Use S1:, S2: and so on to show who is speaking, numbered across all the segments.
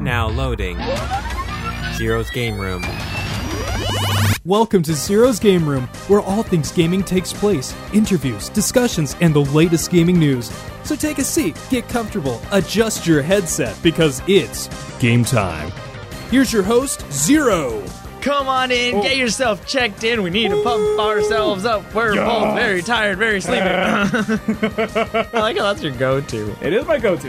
S1: Now loading. Zero's game room.
S2: Welcome to Zero's Game Room, where all things gaming takes place interviews, discussions, and the latest gaming news. So take a seat, get comfortable, adjust your headset, because it's game time. Here's your host, Zero.
S3: Come on in,
S4: Oh.
S3: get yourself checked in. We need to pump ourselves up. We're both very tired, very sleepy. I like how that's your go to.
S4: It is my go-to.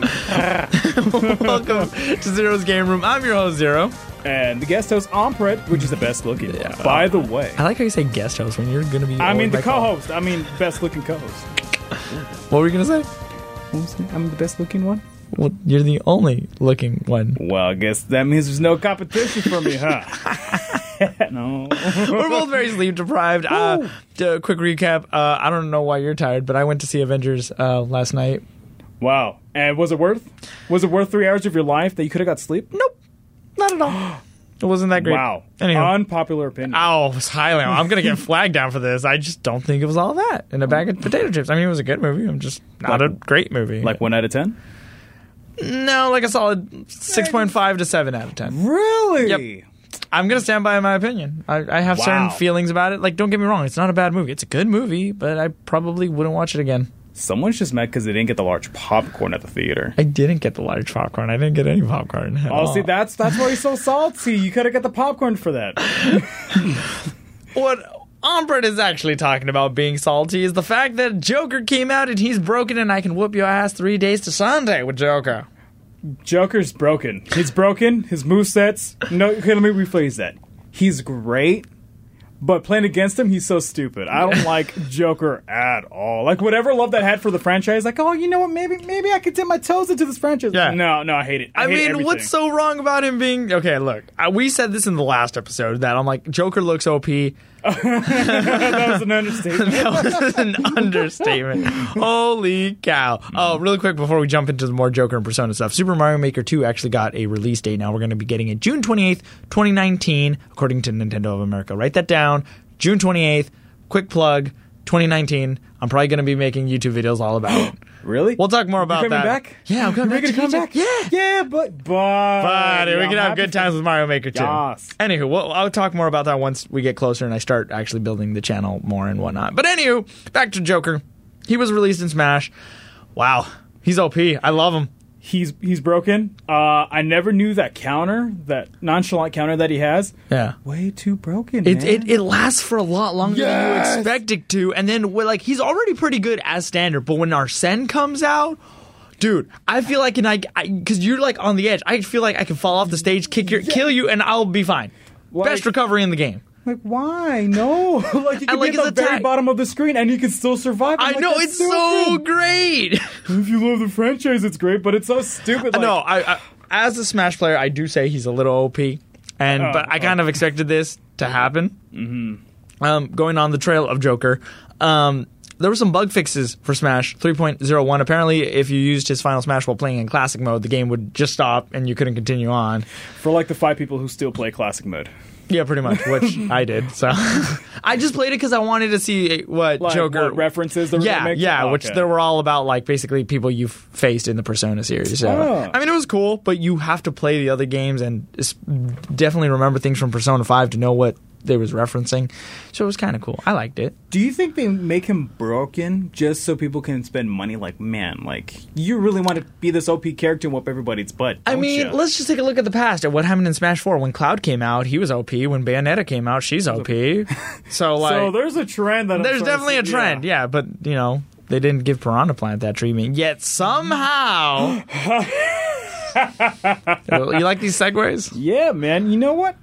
S3: Welcome to Zero's Game Room. I'm your host, Zero.
S4: and the guest host Ompret, which is the best looking. By the way.
S3: I like how you say guest host when you're going to be.
S4: I mean
S3: owned
S4: the
S3: by
S4: co-host. I mean best looking co-host.
S3: What were you going to say?
S4: I'm the best looking one.
S3: Well, you're the only looking one.
S4: Well, I guess that means there's no competition for me, huh? no.
S3: We're both very sleep deprived. Uh, d- quick recap. Uh, I don't know why you're tired, but I went to see Avengers uh, last night.
S4: Wow. And was it worth? Was it worth three hours of your life that you could have got sleep?
S3: Nope, not at all. It wasn't that great.
S4: Wow.
S3: Anyhow.
S4: Unpopular opinion.
S3: Oh, it was highly. I'm gonna get flagged down for this. I just don't think it was all that. And a bag of potato chips. I mean, it was a good movie. I'm just not a great movie.
S4: like one out of ten.
S3: no, like a solid six point five to seven out of ten.
S4: Really?
S3: I'm gonna stand by my opinion. I, I have certain
S4: Wow.
S3: feelings about it. Like, don't get me wrong, it's not a bad movie. It's a good movie, but I probably wouldn't watch it again.
S4: Someone's just mad because they didn't get the large popcorn at the theater.
S3: I didn't get the large popcorn. I didn't get any popcorn. at
S4: Oh,
S3: all.
S4: see, that's that's why he's so salty. You could have got the popcorn for that.
S3: what Ombret is actually talking about being salty is the fact that Joker came out and he's broken, and I can whoop your ass three days to Sunday with Joker.
S4: Joker's broken. He's broken. His movesets. No, okay, let me rephrase that. He's great, but playing against him, he's so stupid. I don't like Joker at all. Like whatever love that had for the franchise, like oh, you know what? Maybe maybe I could dip my toes into this franchise.
S3: Yeah.
S4: No, no, I hate it. I,
S3: I
S4: hate
S3: mean,
S4: everything.
S3: what's so wrong about him being okay? Look, I, we said this in the last episode that I'm like Joker looks OP. that
S4: that was an understatement.
S3: was an understatement. Holy cow! Oh, really quick before we jump into the more Joker and Persona stuff, Super Mario Maker 2 actually got a release date. Now we're going to be getting it June 28th, 2019, according to Nintendo of America. Write that down. June 28th. Quick plug. 2019. I'm probably going to be making YouTube videos all about it.
S4: really?
S3: We'll talk more about
S4: coming
S3: that.
S4: back?
S3: Yeah, I'm coming
S4: You're
S3: back.
S4: gonna come
S3: to
S4: back?
S3: YouTube. Yeah.
S4: Yeah, but but
S3: But we
S4: I'm
S3: can have
S4: happy
S3: good
S4: for-
S3: times with Mario Maker too.
S4: Yes.
S3: Anywho, well, I'll talk more about that once we get closer and I start actually building the channel more and whatnot. But anywho, back to Joker. He was released in Smash. Wow, he's OP. I love him.
S4: He's he's broken. Uh, I never knew that counter, that nonchalant counter that he has.
S3: Yeah.
S4: Way too broken.
S3: It,
S4: man.
S3: it, it lasts for a lot longer than you expect it to, and then well, like he's already pretty good as standard, but when Arsene comes out, dude, I feel like and I because you're like on the edge. I feel like I can fall off the stage, kick your, kill you, and I'll be fine. Best recovery in the game.
S4: Like why? No. like you can
S3: like
S4: be at the
S3: his
S4: very
S3: attack.
S4: bottom of the screen and you can still survive.
S3: I
S4: I'm like,
S3: know
S4: that's
S3: it's so great.
S4: good. If you love the franchise, it's great, but it's so stupid. Like,
S3: no, I, I as a Smash player, I do say he's a little OP, and but I kind of expected this to happen. oh. Mm-hmm. Um, going on the trail of Joker, um, there were some bug fixes for Smash 3.01. Apparently, if you used his final Smash while playing in Classic mode, the game would just stop and you couldn't continue on.
S4: for like the five people who still play classic mode.
S3: Yeah, pretty much, which I did. So I just played it because I wanted to see what
S4: Like,
S3: Joker
S4: what references they're
S3: yeah,
S4: gonna make.
S3: yeah,
S4: Oh,
S3: which
S4: okay.
S3: they were all about like basically people you've faced in the Persona series. So
S4: Oh.
S3: I mean, it was cool, but you have to play the other games and s- definitely remember things from Persona Five to know what they was referencing. So it was kind of cool. I liked it.
S4: Do you think they make him broken just so people can spend money? Like, man, like you really want to be this OP character and whoop everybody's butt?
S3: I
S4: don't
S3: mean,
S4: ya?
S3: let's just take a look at the past at what happened in Smash Four when Cloud came out. He was OP. When Bayonetta came out, she's OP. So like,
S4: So there's a trend that I'm
S3: There's
S4: starting to
S3: definitely a
S4: see,
S3: trend, yeah. but you know they didn't give Piranha Plant that treatment yet. Somehow, you like these segues?
S4: Yeah, man. You know what?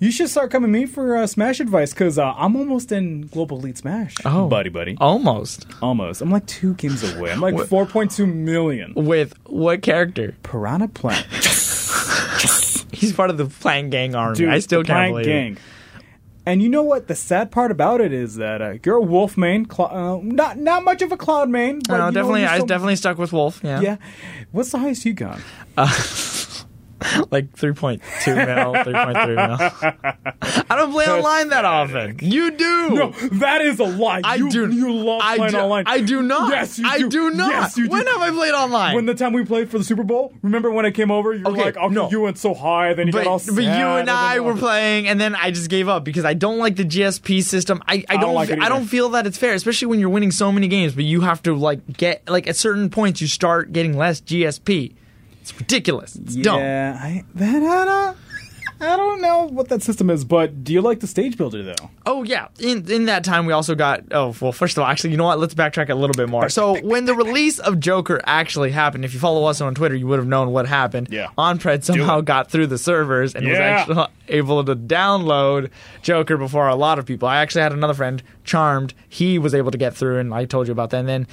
S4: You should start coming to me for uh, Smash advice because uh, I'm almost in Global Elite Smash.
S3: Oh.
S4: buddy, buddy,
S3: Almost
S4: almost. I'm like two games away. I'm like 4.2 million.
S3: with what character?
S4: Piranha Plant,
S3: He's part of the Plant Gang army.
S4: dude.
S3: I still
S4: the
S3: can't
S4: Plant
S3: believe. it.
S4: gang. And you know what? The sad part about it is that uh, you're a wolf main, cl- uh, not not much of a cloud main. But
S3: No,
S4: you know,
S3: definitely.
S4: you're
S3: I
S4: so-
S3: definitely stuck with Wolf. Yeah.
S4: Yeah. What's the highest you got?
S3: like 3.2 mil, 3.3 mil. I don't play online that often. You do.
S4: No, that is a lie.
S3: I
S4: you,
S3: do.
S4: You love
S3: I
S4: playing
S3: do,
S4: online.
S3: I do not.
S4: Yes, you
S3: I do, not.
S4: Yes, you do.
S3: When have I played online?
S4: when the time we played for the Super Bowl, remember when I came over? You were
S3: Okay,
S4: like, "Oh
S3: no.
S4: no, you went so high." Then you
S3: but,
S4: got all
S3: but you
S4: sad,
S3: and
S4: then
S3: I
S4: all-
S3: were playing, and then I just gave up because I don't like the GSP system. I, I
S4: don't
S3: don't
S4: like it
S3: I don't
S4: either.
S3: feel that it's fair, especially when you're winning so many games. But you have to like get like at certain points you start getting less GSP. It's ridiculous. It's dumb.
S4: Yeah, I, that I don't, I don't know what that system is, but do you like the stage builder though?
S3: Oh yeah. In in that time we also got oh well first of all actually you know what let's backtrack a little bit more. So when the release of Joker actually happened, if you follow us on Twitter, you would have known what happened.
S4: Yeah.
S3: Onpred somehow got through the servers and was
S4: Yeah.
S3: actually able to download Joker before a lot of people. I actually had another friend, Charmed. He was able to get through, and I told you about that. And then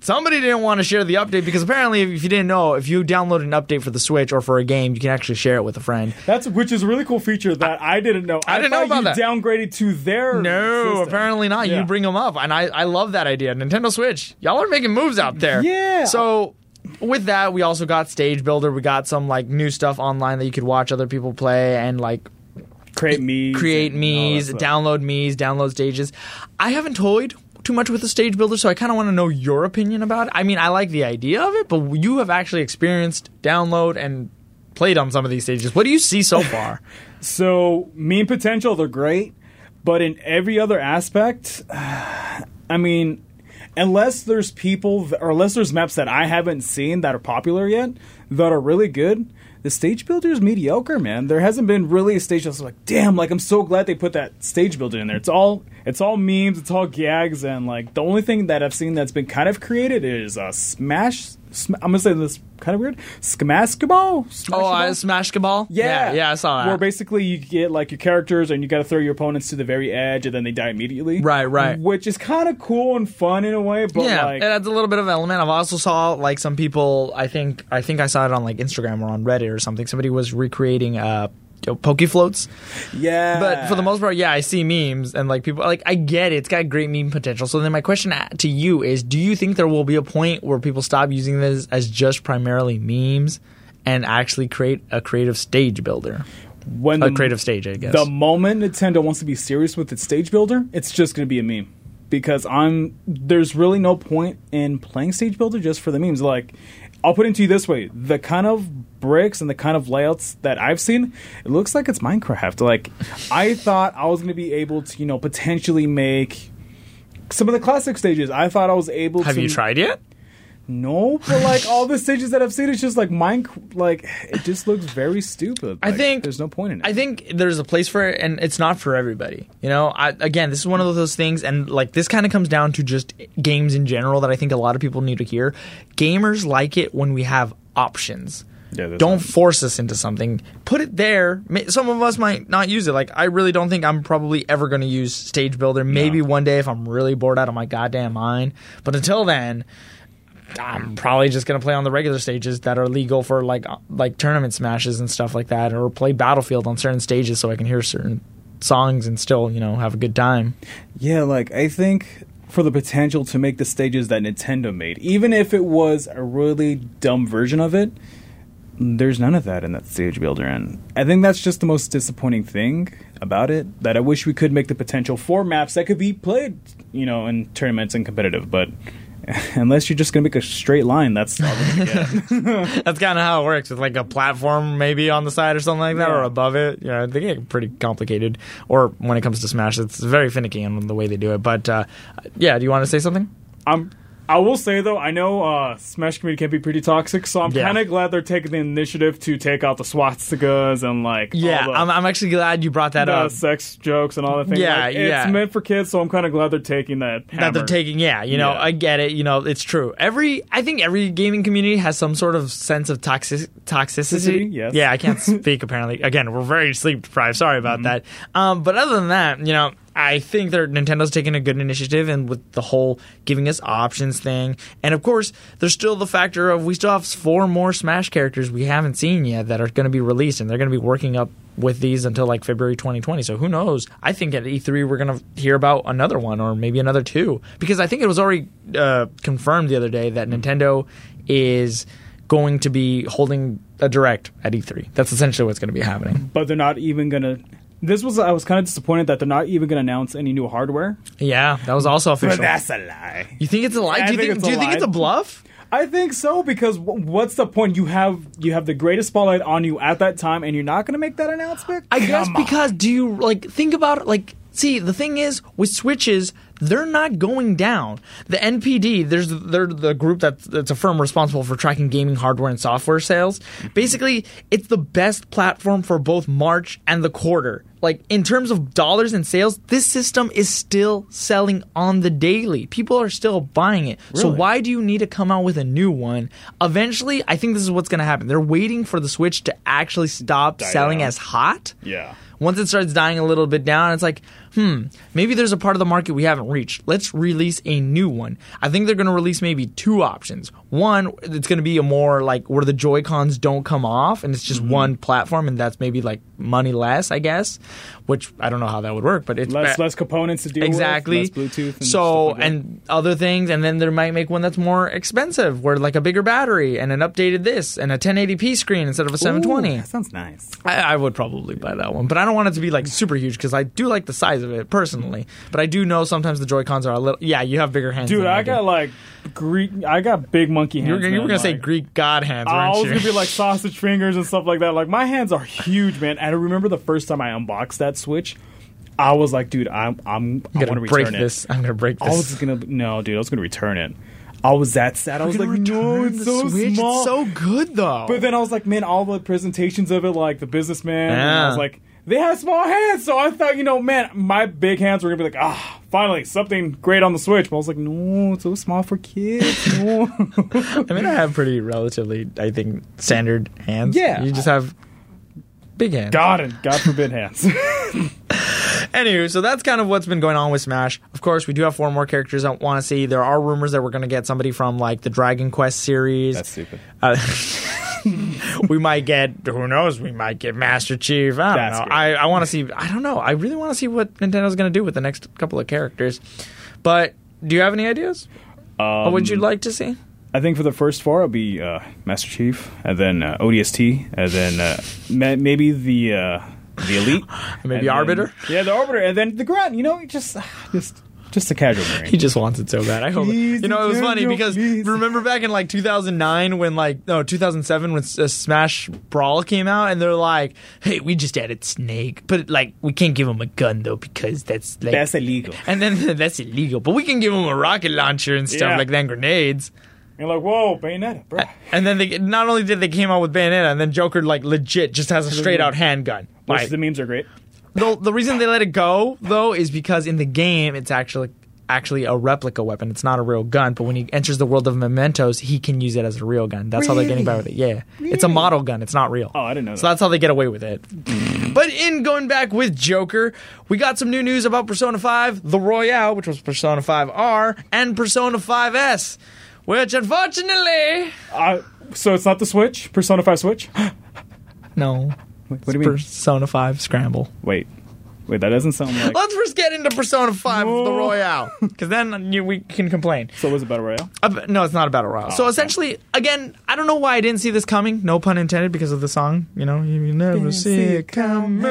S3: somebody didn't want to share the update because apparently, if you didn't know, if you download an update for the Switch or for a game, you can actually share it with a friend.
S4: That's which is a really cool feature that I, didn't know.
S3: I didn't know
S4: thought you
S3: about that.
S4: Downgraded to their
S3: No,
S4: system.
S3: apparently not.
S4: Yeah.
S3: You bring them up, and I, I love that idea. Nintendo Switch, y'all are making moves out there.
S4: Yeah.
S3: So with that, we also got Stage Builder. We got some like new stuff online that you could watch other people play and like
S4: create me,
S3: create me's, download me's, download stages. I haven't toyed too much with the stage builder, so I kind of want to know your opinion about it. I mean, I like the idea of it, but you have actually experienced download and played on some of these stages. What do you see so far?
S4: So me and potential, they're great, but in every other aspect, I mean, unless there's people th- or unless there's maps that I haven't seen that are popular yet that are really good. The stage builder is mediocre, man. There hasn't been really a stage that's like, damn, like I'm so glad they put that stage builder in there. It's all it's all memes, it's all gags, and like the only thing that I've seen that's been kind of created is uh, smash. Sm- I'm gonna say this kind of weird. Skamaskaball.
S3: oh, uh, Smash Cabal?
S4: Yeah.
S3: yeah, I saw that.
S4: Where basically you get like your characters and you got to throw your opponents to the very edge and then they die immediately.
S3: Right, right.
S4: Which is kind of cool and fun in a way, but
S3: yeah,
S4: like
S3: it adds a little bit of element. I've also saw like some people. I think I think I saw it on like Instagram or on Reddit or something. Somebody was recreating uh, you know, Poke floats.
S4: yeah.
S3: But for the most part, yeah, I see memes and like people like I get it. It's got great meme potential. So then my question a- to you is: Do you think there will be a point where people stop using this as just primarily memes and actually create a creative stage builder,
S4: when
S3: a creative stage, I guess?
S4: The moment Nintendo wants to be serious with its stage builder, it's just going to be a meme. Because I'm there's really no point in playing stage builder just for the memes. Like, I'll put it to you this way: the kind of bricks and the kind of layouts that I've seen, it looks like it's Minecraft. Like, I thought I was going to be able to, you know, potentially make some of the classic stages. I thought I was able.
S3: Have
S4: to
S3: you tried yet?
S4: No, but like all the stages that I've seen, it's just like Minecraft. Like, it just looks very stupid.
S3: I
S4: Like,
S3: think-
S4: there's no point in it.
S3: I think there's a place for it, and it's not for everybody. You know, I, again, this is one of those things, and like this kind of comes down to just games in general that I think a lot of people need to hear. Gamers like it when we have options.
S4: Yeah, that's
S3: don't
S4: right.
S3: force us into something. Put it there. Ma- Some of us might not use it. Like I really don't think I'm probably ever going to use Stage Builder. Maybe one day if I'm really bored out of my goddamn mind. But until then, I'm probably just gonna play on the regular stages that are legal for like uh, like tournament smashes and stuff like that, or play Battlefield on certain stages so I can hear certain songs and still you know have a good time.
S4: Yeah, like I think for the potential to make the stages that Nintendo made, even if it was a really dumb version of it, there's none of that in that stage builder. And I think that's just the most disappointing thing about it. That I wish we could make the potential for maps that could be played, you know, in tournaments and competitive. But unless you're just gonna make a straight line, that's all we're gonna get.
S3: That's kind of how it works with like a platform maybe on the side or something like that, or
S4: Yeah.
S3: above it. You know, they get pretty complicated. Or when it comes to Smash, it's very finicky in the way they do it. But uh, yeah, do you want to say something?
S4: I'm. I will say though, I know uh, Smash community can be pretty toxic, so I'm
S3: Yeah.
S4: kind of glad they're taking the initiative to take out the swastikas and like all
S3: Yeah,
S4: the-
S3: I'm, I'm actually glad you brought that
S4: the
S3: up.
S4: sex jokes and all that thing.
S3: um, Yeah,
S4: Like,
S3: yeah.
S4: It's meant for kids, so I'm kind of glad they're taking that.
S3: that they're
S4: hammer.
S3: taking. Yeah, you know,
S4: Yeah.
S3: I get it. You know, it's true. Every I think every gaming community has some sort of sense of toxic toxicity.
S4: Toxicity, yes.
S3: Yeah, I can't speak apparently. Again, we're very sleep deprived. Sorry about
S4: Mm-hmm.
S3: that. Um, but other than that, you know. I think that Nintendo's taking a good initiative, and with the whole giving us options thing, and of course, there's still the factor of we still have four more Smash characters we haven't seen yet that are going to be released, and they're going to be working up with these until like February 2020. So who knows? I think at E3 we're going to hear about another one or maybe another
S4: Mm-hmm.
S3: two because I think it was already uh, confirmed the other day that Nintendo is going to be holding a direct at E3. That's essentially what's going to be happening.
S4: but they're not even gonna. This was I was kind of disappointed that they're not even gonna announce any new hardware.
S3: Yeah, that was also official.
S4: a lie.
S3: you think it's a lie?
S4: I
S3: do
S4: think
S3: you think,
S4: it's a
S3: do you think
S4: lie.
S3: it's a bluff?
S4: I think so because w- what's the point? You have you have the greatest spotlight on you at that time, and you're not gonna make that announcement.
S3: I guess
S4: Come on.
S3: because do you like think about it, like see the thing is with switches they're not going down. The NPD there's they're the group that's that's a firm responsible for tracking gaming hardware and software sales.
S4: Mm-hmm.
S3: Basically, it's the best platform for both March and the quarter. Like in terms of dollars and sales, this system is still selling on the daily. People are still buying it. So
S4: Really?
S3: why do you need to come out with a new one? Eventually, I think this is what's going to happen. They're waiting for the Switch to actually stop selling
S4: down.
S3: as hot.
S4: Yeah.
S3: Once it starts dying a little bit down, it's like, hmm, maybe there's a part of the market we haven't reached. Let's release a new one. I think they're going to release maybe two options. One, it's going to be a more like where the Joy Cons don't come off and it's
S4: Mm-hmm.
S3: just one platform, and that's maybe like money less, I guess. Which I don't know how that would work, but it's
S4: less
S3: ba-
S4: less components to deal
S3: exactly
S4: with. Exactly. Bluetooth. And
S3: so
S4: stuff like that.
S3: and other things and then there might make one that's more expensive where like a bigger battery and an updated this and a 1080p screen instead of a 720
S4: Ooh, that sounds nice.
S3: I, I would probably buy that one, but I don't want it to be like super huge because I do like the size of it personally. But I do know sometimes the Joy Cons are a little. Yeah, you have bigger hands,
S4: Dude,
S3: than
S4: I
S3: do.
S4: got like Greek. I got big monkey hands.
S3: You were, you were
S4: man,
S3: gonna say
S4: like-
S3: Greek god hands,
S4: I
S3: weren't
S4: was
S3: you?
S4: gonna be like sausage fingers and stuff like that. Like my hands are huge, man. And I remember the first time I unboxed that Switch, I was like, dude, I'm I'm I
S3: I'm
S4: want to
S3: gonna break
S4: return
S3: this. I'm gonna break
S4: it. I was
S3: this.
S4: just gonna no, dude, I was gonna return it. I was that sad. I was
S3: You're
S4: like,
S3: gonna
S4: no,
S3: return
S4: it's
S3: the
S4: so
S3: Switch?
S4: small.
S3: It's so good though.
S4: but then I was like, man, all the presentations of it, like the businessman, and I
S3: Yeah.
S4: was like, they have small hands. So I thought, you know, man, my big hands were gonna be like, ah, finally something great on the Switch. But I was like, no, it's so small for kids. No.
S3: I mean, I have pretty relatively, I think, standard hands.
S4: Yeah.
S3: you just have big hands.
S4: God and God forbid hands.
S3: Anywho, so that's kind of what's been going on with Smash. Of course, we do have four more characters I want to see. There are rumors that we're going to get somebody from like the Dragon Quest series.
S4: That's stupid.
S3: Uh, we might get who knows. We might get Master Chief. I don't
S4: That's
S3: know.
S4: good.
S3: I, I want to see. I don't know. I really want to see what Nintendo's going to do with the next couple of characters. But do you have any ideas? what would you like to see?
S4: I think for the first four, it'll be uh, Master Chief, and then uh, ODST, and then uh, ma- maybe the uh, the Elite,
S3: Maybe
S4: and then-
S3: Arbiter?
S4: yeah, the Arbiter, and then the Grunt. You know, just just just a casual
S3: He
S4: marine.
S3: just wants it so bad. I hope.
S4: Please,
S3: you know, it was
S4: Nintendo,
S3: funny because
S4: please.
S3: remember back in like 2009 when like no 2007 when S- uh, Smash Brawl came out and they're like, hey, we just added Snake, but like we can't give him a gun though because that's like
S4: That's illegal.
S3: and then that's illegal, but we can give him a rocket launcher and stuff
S4: Yeah.
S3: like that, and grenades.
S4: You're like, whoa, Bayonetta, bro.
S3: And then they not only did they came out with Bayonetta, and then Joker like legit just has a straight out handgun.
S4: Most
S3: Like,
S4: of the memes are great.
S3: the, the reason they let it go though is because in the game it's actually actually a replica weapon. It's not a real gun, but when he enters the world of mementos, he can use it as a real gun. That's how they're getting by with it. Yeah. It's a model gun, it's not real.
S4: Oh, I didn't know
S3: So
S4: that.
S3: that's how they get away with it. but in going back with Joker, we got some new news about Persona 5, the Royale, which was Persona 5R, and Persona 5S. Which unfortunately
S4: I, Uh, so it's not the Switch, Persona Five Switch.
S3: No.
S4: what do you mean?
S3: Persona 5 Scramble.
S4: Wait, wait, that doesn't sound like.
S3: Let's first get into Persona 5
S4: No.
S3: the Royale, because then you, we can complain.
S4: So was it Battle Royale?
S3: Uh, but no, it's not a battle royale. so essentially, again, I don't know why I didn't see this coming. No pun intended, because of the song. You know, you never see it coming.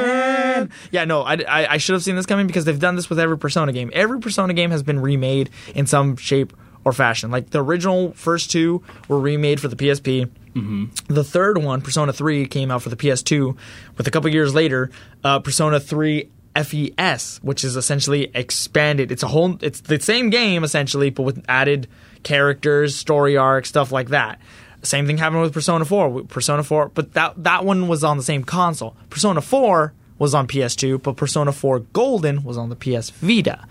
S3: Yeah, no, I, I, I should have seen this coming because they've done this with every Persona game. Every Persona game has been remade in some shape or fashion. Like the original first two were remade for the PSP. The third one, Persona 3, came out for the PS2, with a couple years later, uh, Persona 3 FES, which is essentially expanded. It's a whole, it's the same game essentially, but with added characters, story arc, stuff like that. Same thing happened with Persona 4. with Persona 4, but that that one was on the same console. Persona 4 was on PS2, but Persona 4 Golden was on the PS Vita.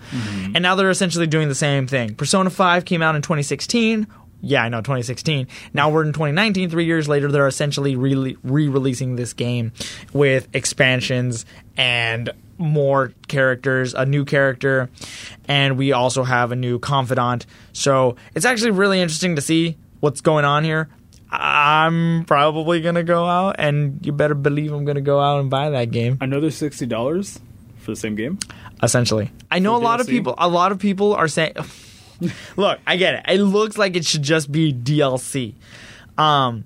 S3: And now they're essentially doing the same thing. Persona 5 came out in 2016. Yeah, I know, 2016. Now we're in 2019. Three years later, they're essentially re releasing this game with expansions and more characters, a new character, and we also have a new confidant. So it's actually really interesting to see what's going on here. I'm probably going to go out, and you better believe I'm going to go out and buy that game
S4: Another sixty dollars for the same game.
S3: essentially. I know a lot of
S4: DLC?
S3: people. A lot of people are saying, "Look, I get it. It looks like it should just be DLC." Um,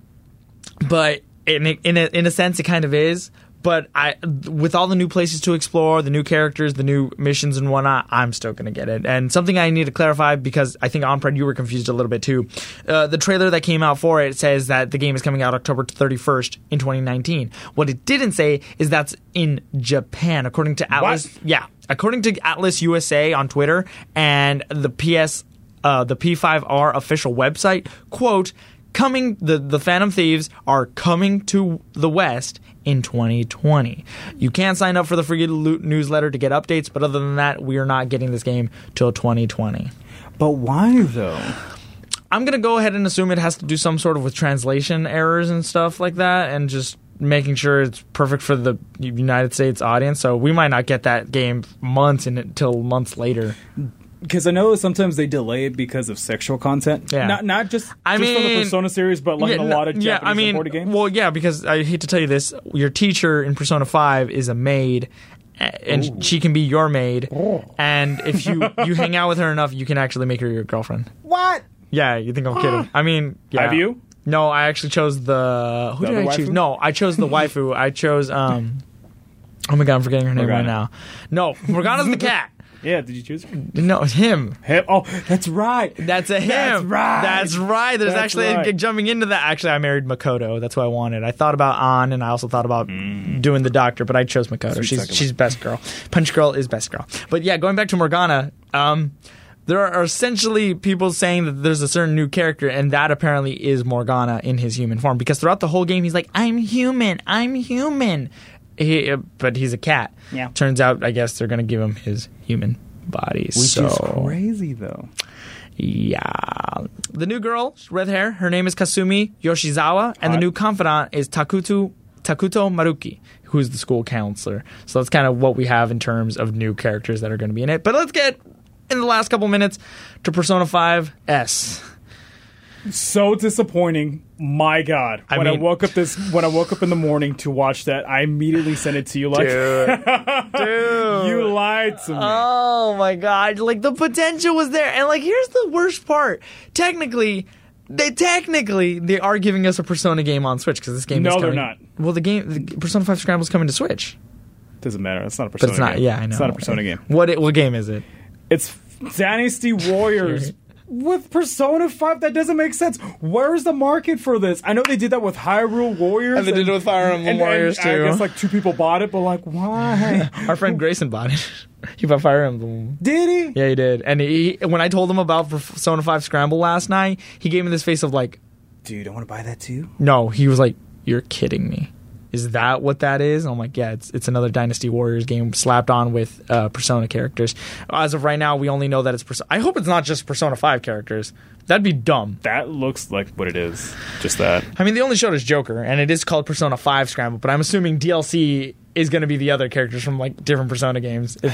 S3: but in a, in a, in a sense, it kind of is. But I, with all the new places to explore, the new characters, the new missions and whatnot, I'm still gonna get it. And something I need to clarify because I think Onpred, you were confused a little bit too. Uh, the trailer that came out for it says that the game is coming out October 31st in 2019. What it didn't say is that's in Japan, according to Atlas. Yeah, according to Atlas USA on Twitter and the PS uh, the P5R official website, quote, coming the, the Phantom Thieves are coming to the West in 2020. You can sign up for the free loot newsletter to get updates, but other than that, we are not getting this game till 2020.
S4: But why though?
S3: I'm gonna go ahead and assume it has to do some sort of with translation errors and stuff like that, and just making sure it's perfect for the United States audience. So we might not get that game months and until months later.
S4: Because I know sometimes they delay it because of sexual content.
S3: Yeah.
S4: Not not just,
S3: I
S4: just from the
S3: mean-
S4: Persona series, but like in a
S3: no-
S4: lot of Japanese
S3: I mean,
S4: imported games.
S3: Well, yeah, because I hate to tell you this, your teacher in Persona Five is a maid, a- and she can be your maid.
S4: Oh.
S3: And if you you hang out with her enough, you can actually make her your girlfriend.
S4: what?
S3: Yeah, you think I'm kidding? I mean, yeah.
S4: Have you?
S3: No, I actually chose the who
S4: The
S3: did
S4: other
S3: I choose?
S4: waifu?
S3: No, I chose the waifu. I chose um. Oh my god, I'm forgetting her name right
S4: Morgana.
S3: now. No, Morgana's the cat.
S4: Yeah, did you choose? Him?
S3: No, it's him.
S4: Oh, that's right.
S3: That's a him.
S4: That's right.
S3: That's right. There's
S4: That's
S3: actually
S4: right.
S3: jumping into that. Actually, I married Makoto. That's what I wanted. I thought about An, and I also thought about doing the doctor, but I chose Makoto. she's
S4: Sakura.
S3: she's best girl. Punch Girl is best girl. But yeah, going back to Morgana, um, there are essentially people saying that there's a certain new character, and that apparently is Morgana in his human form. Because throughout the whole game, he's like, "I'm human. I'm human," he, uh, but he's a cat.
S4: Yeah.
S3: Turns out, I guess they're gonna give him his human body.
S4: Which
S3: so
S4: is crazy though.
S3: yeah. The new girl, red hair, her name is Kasumi Yoshizawa, and the
S4: Hot.
S3: new confidant is Takuto Takuto Maruki, who's the school counselor. So that's kind of what we have in terms of new characters that are going to be in it. But let's get in the last couple minutes to Persona 5 S.
S4: So disappointing. My God.
S3: I
S4: when
S3: mean-
S4: I woke up this when I woke up in the morning to watch that, I immediately sent it to you like you lied to me.
S3: Oh my god! Like the potential was there, and like here's the worst part. Technically, they technically they are giving us a Persona game on Switch because this game.
S4: No,
S3: is
S4: they're
S3: coming-
S4: not.
S3: Well, the game the Persona Five Scramble's coming to Switch,
S4: Doesn't matter. It's not a
S3: but
S4: persona
S3: it's not.
S4: game.
S3: Yeah, I know.
S4: It's not a persona game.
S3: What it, what game is it?
S4: It's Dynasty Warriors with Persona 5. That doesn't make sense. Where's the market for this? I know they did that with Hyrule Warriors.
S3: And they did it with Fire Emblem
S4: and-
S3: Warriors,
S4: and
S3: too.
S4: I guess like two people bought it, but like why?
S3: Our friend Grayson bought it. he bought Fire Emblem.
S4: did he?
S3: Yeah, he did. And he, when I told him about Persona Five Scramble last night, he gave me this face of like,
S4: Dude, I want to buy that too.
S3: no. He was like, "You're kidding me." Is that what that is? And I'm like, yeah, it's, it's another Dynasty Warriors game slapped on with uh, Persona characters. As of right now, we only know that it's Persona. I hope it's not just Persona 5 characters. That'd be dumb.
S4: That looks like what it is. Just that.
S3: I mean, they only showed us Joker, and it is called Persona 5 Scramble, but I'm assuming DLC is going to be the other characters from like different Persona games. It,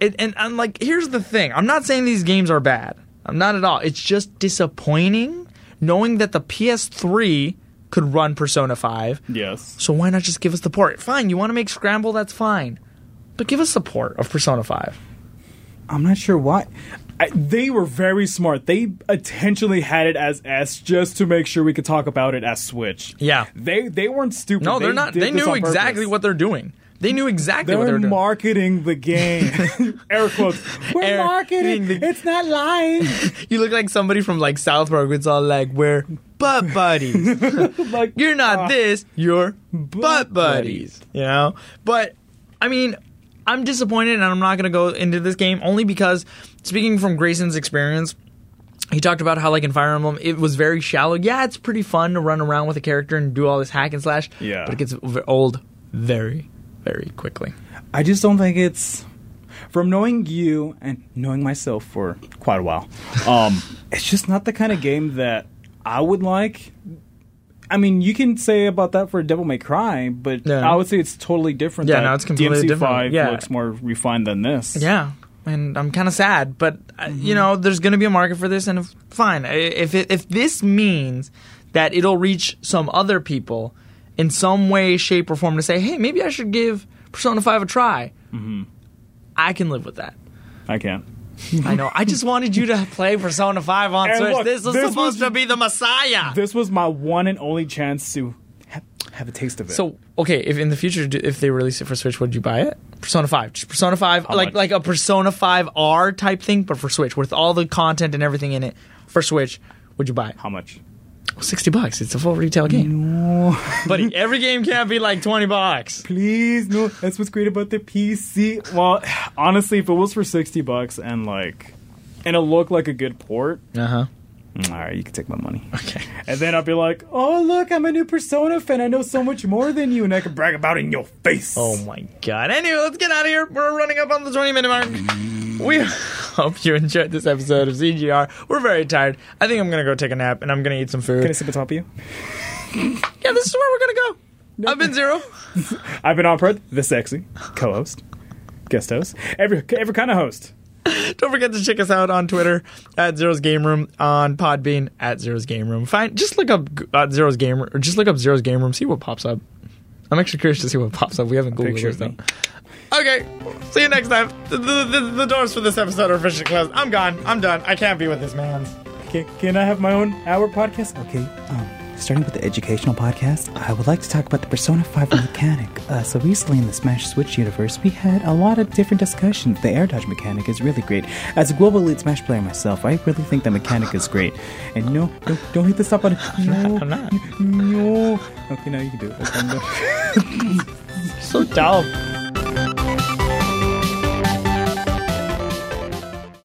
S3: it, and I'm like, here's the thing I'm not saying these games are bad. I'm not at all. It's just disappointing knowing that the PS3 could run Persona 5.
S4: Yes.
S3: So why not just give us the port? Fine, you want to make Scramble, that's fine. But give us support of Persona 5.
S4: I'm not sure why. I, they were very smart. They intentionally had it as S just to make sure we could talk about it as Switch.
S3: Yeah.
S4: They they weren't stupid.
S3: No, they are not.
S4: did
S3: They
S4: this
S3: knew
S4: on purpose.
S3: exactly what they're doing. They knew exactly
S4: They're
S3: what they were doing.
S4: marketing the game. Air quotes. We're
S3: Air-
S4: marketing.
S3: the-
S4: it's not lying.
S3: You look like somebody from like South Park. It's all like we're butt buddies.
S4: like uh,
S3: you're not this. You're Ah. butt buddies. You know. But I mean, I'm disappointed, and I'm not gonna go into this game only because speaking from Grayson's experience. He talked about how, like in Fire Emblem, it was very shallow. Yeah, it's pretty fun to run around with a character and do all this hack and slash.
S4: Yeah.
S3: but it gets v- old very, very quickly.
S4: I just don't think it's from knowing you and knowing myself for quite a while. Um, it's just not the kind of game that I would like. I mean, you can say about that for Devil May Cry, but
S3: Yeah.
S4: I would say it's totally different.
S3: Yeah,
S4: that
S3: no, it's completely
S4: DMC5
S3: different. Yeah.
S4: looks more refined than this.
S3: Yeah, and I'm kind of sad, but uh, you know, there's going to be a market for this, and if, fine. I- If it, if this means that it'll reach some other people in some way, shape, or form to say, hey, maybe I should give Persona Five a try. I can live with that.
S4: I can't.
S3: I know. I just wanted you to play Persona Five on
S4: And
S3: Switch.
S4: look,
S3: this was
S4: this
S3: supposed
S4: was-
S3: to be the Messiah.
S4: This was my one and only chance to have a taste of it.
S3: So okay, if in the future do- if they release it for Switch, would you buy it? Persona Five, just Persona Five, like
S5: much?
S3: like a Persona Five R type thing, but for Switch with all the content and everything in it for Switch. Would you buy it? Oh,
S4: how much?
S3: Sixty bucks. It's a full retail game. but every game can't be like twenty bucks.
S4: Please, no. That's what's great about the PC. Well, honestly, if it was for sixty bucks and like, and it looked like a good port, mm,
S3: Uh huh.
S4: all right, you can take my money.
S3: Okay.
S4: And then I'll be like, oh look, I'm a new Persona fan. I know so much more than you, and I can brag about it in your face.
S3: Oh my god. Anyway, let's get out of here. We're running up on the 20 minute mark. We hope you enjoyed this episode of CGR. We're very tired. I think I'm gonna go take a nap and I'm gonna eat some food.
S4: Can I sip on top of you?
S3: Yeah, this is where we're gonna go. I've been zero.
S4: I've been on Pred, the sexy co-host, guest host, every every kind of host.
S3: Don't forget to check us out on Twitter at Zero's Game Room, on Podbean at Zero's Game Room. Find just look up uh, Zero's Game Room, or just look up Zero's Game Room. See what pops up. I'm actually curious to see what pops up. We haven't googled
S4: Picture
S3: this
S4: of
S3: though.
S4: me.
S3: Okay, see you next time. The, the, the, the doors for this episode are officially closed. I'm gone. I'm done. I can't be with this man.
S4: Can, can I have my own hour podcast?
S6: Okay, um, starting with the educational podcast, I would like to talk about the Persona 5 mechanic. Uh, so recently in the Smash Switch universe, we had a lot of different discussions. The air dodge mechanic is really great. As a global elite Smash player myself, I really think the mechanic is great. And no, don't, don't hit the stop button. No,
S3: I'm not.
S6: no.
S4: Okay, now you can do it.
S3: So dumb.